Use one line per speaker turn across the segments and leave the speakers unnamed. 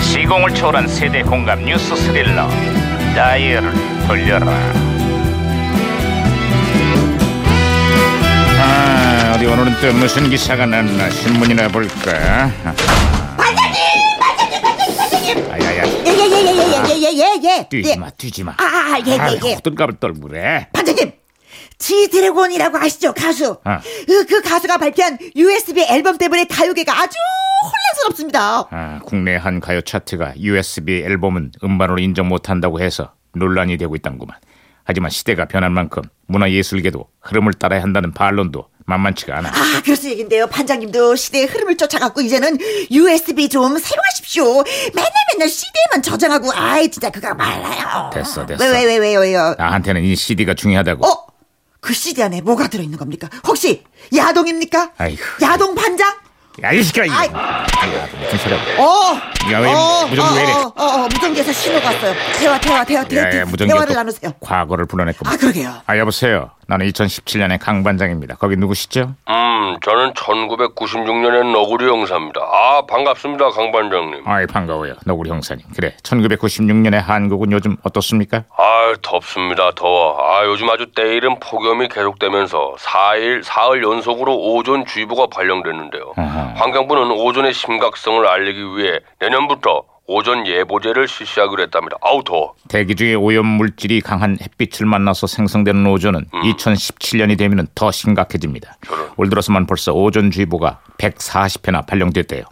시공을 초월한 세대 공감 뉴스 스릴러 다이얼을 돌려라 아 어디 오늘은 또 무슨 기사가 났나 신문이나 볼까 반장님 반장님 반장님 반장님 아야야
예예예예예예예예.
뛰지마 뛰지마
예. 아, 예, 예, 예.
어떤가를 떨무래
반장님. 지드래곤이라고 아시죠 가수
아.
그, 그 가수가 발표한 USB 앨범 때문에 가요계가 아주 혼란스럽습니다
아, 국내 한 가요 차트가 USB 앨범은 음반으로 인정 못한다고 해서 논란이 되고 있단구만. 하지만 시대가 변한 만큼 문화예술계도 흐름을 따라야 한다는 반론도 만만치가 않아.
아 그래서 얘긴데요 반장님도 시대의 흐름을 쫓아갖고 이제는 USB 좀 사용하십시오 맨날 맨날 CD에만 저장하고 아이 진짜 그거 말라요
됐어, 됐어.
왜왜 왜 왜요 왜요
나한테는 이 CD가 중요하다고.
어? 그 CD 안에 뭐가 들어있는 겁니까 혹시 야동입니까
아이고.
야동 반장
야, 이 시끄러.
아이.
무슨 소리야?
어.
야, 왜
어,
무전기
어,
왜 이래?
어, 어, 어, 무전기에서 신호가 왔어요. 대화, 대화, 대화, 대화,
야, 야,
대화
무전기가
대화를
또
나누세요.
과거를 불러냈구만.
아, 그러게요.
아, 여보세요. 나는 2017년의 강 반장입니다. 거기 누구시죠?
음, 저는 1996년의 너구리 형사입니다. 아, 반갑습니다, 강 반장님.
아이, 반가워요. 너구리 형사님. 그래, 1996년의 한국은 요즘 어떻습니까?
아, 덥습니다, 더워. 아, 요즘 아주 때이른 폭염이 계속되면서 4일, 사흘 연속으로 오존주의보가 발령됐는데요.
어허.
환경부는 오존의 심각성을 알리기 위해 내년부터 오존 예보제를 실시하기로 했답니다. 아우, 더워.
대기 중에 오염 물질이 강한 햇빛을 만나서 생성되는 오존은 2017년이 되면 더 심각해집니다.
음. 저런.
올 들어서만 벌써 오존주의보가 140회나 발령됐대요.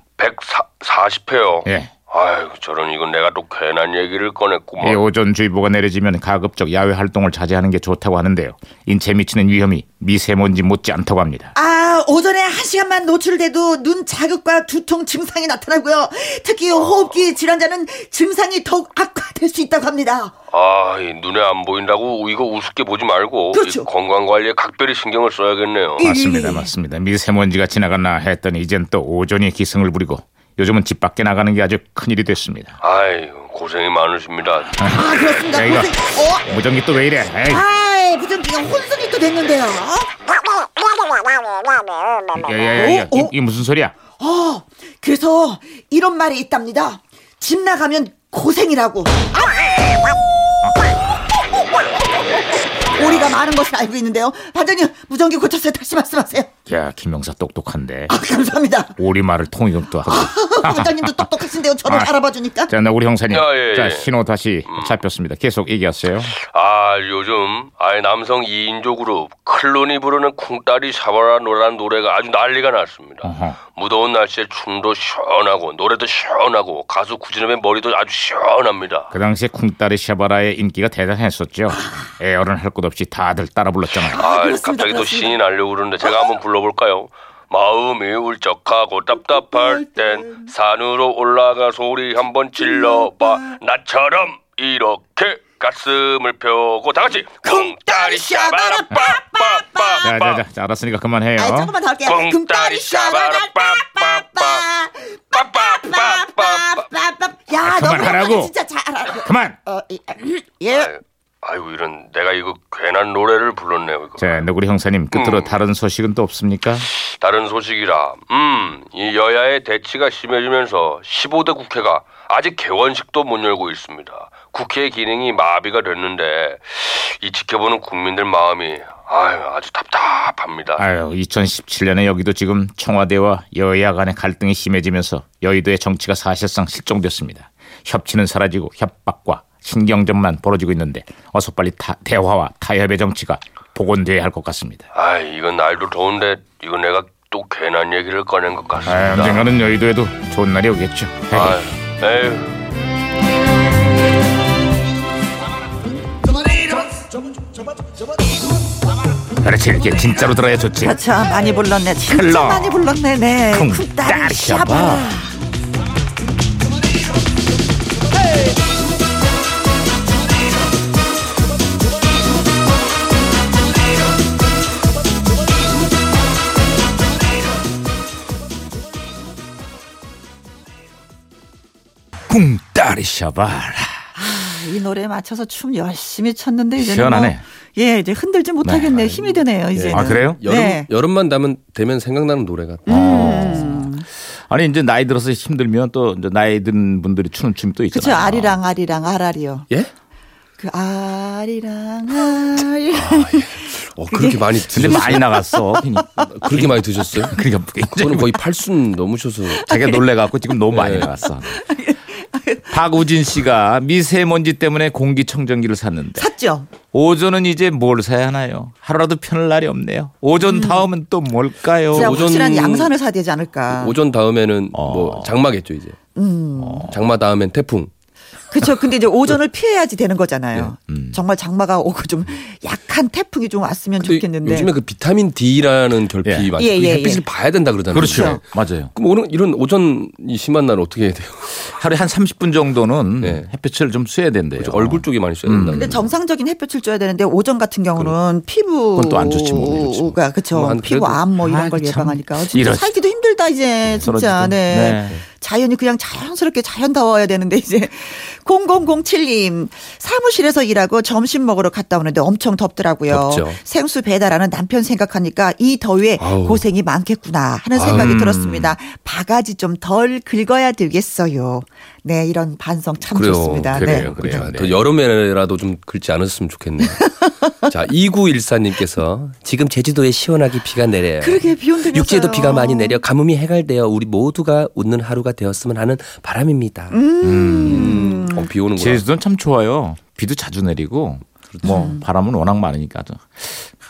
140회요.
예.
아이고, 저런 이건 내가 또 괜한 얘기를 꺼냈구만.
이 오존주의보가 내려지면 가급적 야외 활동을 자제하는 게 좋다고 하는데요. 인체에 미치는 위험이 미세먼지 못지 않다고 합니다.
아, 오전에 한 시간만 노출돼도 눈 자극과 두통 증상이 나타나고요. 특히 호흡기 질환자는 증상이 더욱 악화될 수 있다고 합니다.
아, 이 눈에 안 보인다고 이거 우습게 보지 말고
그렇죠.
이 건강 관리에 각별히 신경을 써야겠네요.
예.
맞습니다. 맞습니다. 미세먼지가 지나갔나 했더니 이젠 또 오존이 기승을 부리고 요즘은 집 밖에 나가는 게 아주 큰일이 됐습니다.
아이, 고생이 많으십니다.
아, 그렇습니다.
야, 이거.
고생. 어?
무전기 또 왜 이래? 에이.
아이, 무전기가 혼선이 또 됐는데요.
야야야,
어? 어?
이게 무슨 소리야?
어, 그래서 이런 말이 있답니다. 집 나가면 고생이라고. 아우! 오리가 많은 것을 알고 있는데요. 반장님, 무전기 고쳤어요. 다시 말씀하세요.
야, 김영사 똑똑한데.
아, 감사합니다.
우리 말을 통역도 하고.
부장님도 똑똑하신데요. 저를
아.
알아봐주니까.
자, 나 우리 형사님.
야, 예,
자,
예.
신호 다시 잡혔습니다. 계속 얘기하세요.
아, 요즘 아이 남성 2인조 그룹 클론이 부르는 쿵따리 샤바라 노란 노래가 아주 난리가 났습니다.
어허.
무더운 날씨에 춤도 시원하고 노래도 시원하고 가수 구진엽의 머리도 아주 시원합니다.
그 당시에 쿵따리 샤바라의 인기가 대단했었죠. 에어른 할 것 없이 다들 따라 불렀잖아요.
아,
그렇습니다,
갑자기 또
그렇습니다.
신이 날려고 그러는데 제가 한번 불러볼까요? 마음이 울적하고 답답할 땐 산으로 올라가 소리 한번 질러봐 나처럼 이렇게 가슴을 펴고 다 같이 쿵따리 샤바라
자,
빠빠빠빠
자, 자, 자, 알았으니까 그만해요.
아, 조금만 더 할게요.
꽁따리
금따리
샤바라
샤바라 빠빠빠.
빠빠빠빠
빠빠빠빠. 야,
아,
너무
그만하라고.
잘하고. 진짜 잘하고.
그만.
어, 이, 예.
네. 아이고 이런 내가 이거 괜한 노래를 불렀네요 이거
자, 너구리 형사님 끝으로
음.
다른 소식은 또 없습니까?
다른 소식이라 음, 이 여야의 대치가 심해지면서 15대 국회가 아직 개원식도 못 열고 있습니다. 국회의 기능이 마비가 됐는데 이 지켜보는 국민들 마음이 아유, 아주 답답합니다.
아유, 2017년에 여기도 지금 청와대와 여야 간의 갈등이 심해지면서 여의도의 정치가 사실상 실종됐습니다. 협치는 사라지고 협박과 신경전만 벌어지고 있는데 어서 빨리 타- 대화와 타협의 정치가 복원돼야 할 것 같습니다.
아, 이건 날도 더운데 이건 내가 또 괜한 얘기를 꺼낸 것
아,
같습니다.
언젠가는 여의도에도 좋은 날이 오겠죠.
아유, 에휴.
그렇지, 이렇게 진짜로 들어야 좋지.
그렇죠. 많이 불렀네. 진짜
클럽.
많이 불렀네. 네.
쿵,
쿵따리
따리
샤바.
샤바. 쿵따리 샤발.
이 노래에 맞춰서 춤 열심히 췄는데 이제는
시원하네.
뭐, 예, 이제 흔들지 못하겠네. 힘이
예.
드네요. 이제는.
아, 그래요?
여름
네.
여름만 되면 되면 생각나는 노래가
어. 아니 이제 나이 들어서 힘들면 또 이제 나이 든 분들이 추는 춤이 또
그쵸
있잖아요.
아리랑 아리랑 아라리요.
예?
그 아리랑 아리랑
어, 그렇게 많이 드셨,
근데 많이 나갔어.
그렇게 많이 드셨어요?
그러니까 이제
저는 거의 팔순 넘으셔서
자기가 놀래갖고 지금 너무 많이 나갔어. 박우진 씨가 미세먼지 때문에 공기청정기를 샀는데
샀죠.
그 오전은 이제 뭘 사야 하나요? 하루라도 편할 날이 없네요. 오전 다음은 또 뭘까요?
진짜
오전-
확실한 양산을 사야 되지
그
않을까.
오전 다음에는
어.
뭐 장마겠죠 이제.
음.
아.
장마 다음엔 태풍.
그렇죠. 근데 이제 오전을
네.
피해야지 되는 거잖아요.
음.
정말 장마가 오고 좀 약한 태풍이 좀 왔으면
근데
좋겠는데.
요즘에 그 비타민 D라는 결핍
예.
많죠.
예,
그
예,
햇빛을
예.
봐야 된다 그러잖아요.
그렇죠. 맞아요.
그럼 오늘 이런 오전이 심한 날 어떻게 해야 돼요?
하루에 한 30분 정도는
네.
햇빛을 좀 쐬야 음. 된대요.
얼굴 쪽이 많이 써야 된다.
근데 정상적인 햇볕을 줘야 되는데 오전 같은 경우는 피부
그건 또안 좋지 뭐, 그렇지 뭐.
가 그쵸
뭐, 안
피부
그래도-
암 뭐 이런
아이,
걸
참.
예방하니까 진짜
이러지.
살기도 힘들다 이제 진짜
떨어지죠.
네.
네.
자연이 그냥 자연스럽게 자연다워야 되는데 이제 0007님 사무실에서 일하고 점심 먹으러 갔다 오는데 엄청 덥더라고요.
덥죠.
생수 배달하는 남편 생각하니까 이 더위에
아우.
고생이 많겠구나 하는 생각이
아유.
들었습니다. 바가지 좀 덜 긁어야 되겠어요. 네 이런 반성 참
그래요.
좋습니다. 네.
그래요. 그래요.
자,
네.
더 여름에라도 좀 긁지 않았으면 좋겠네요. 자, 2914님께서 지금 제주도에 시원하게 비가 내려요.
그러게 비 온다면서요.
육지에도 비가 많이 내려 가뭄이 해갈되어 우리 모두가 웃는 하루가 되었으면 하는 바람입니다. 음. 어, 비 오는구나.
제주도는 참 좋아요. 비도 자주 내리고 뭐 바람은 워낙 많으니까 좀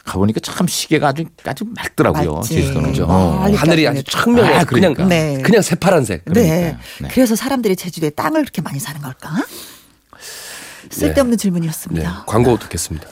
가보니까 참 시계가 아주 아주 맑더라고요.
맑지.
제주도는 좀.
아,
어.
알겠다.
하늘이 아주 청명해.
아,
그냥
그러니까.
네.
그냥 새파란색.
네.
그러니까요. 네.
그래서 사람들이 제주도에
네.
땅을 그렇게 많이 사는 걸까? 쓸데없는 질문이었습니다.
광고 듣겠습니다.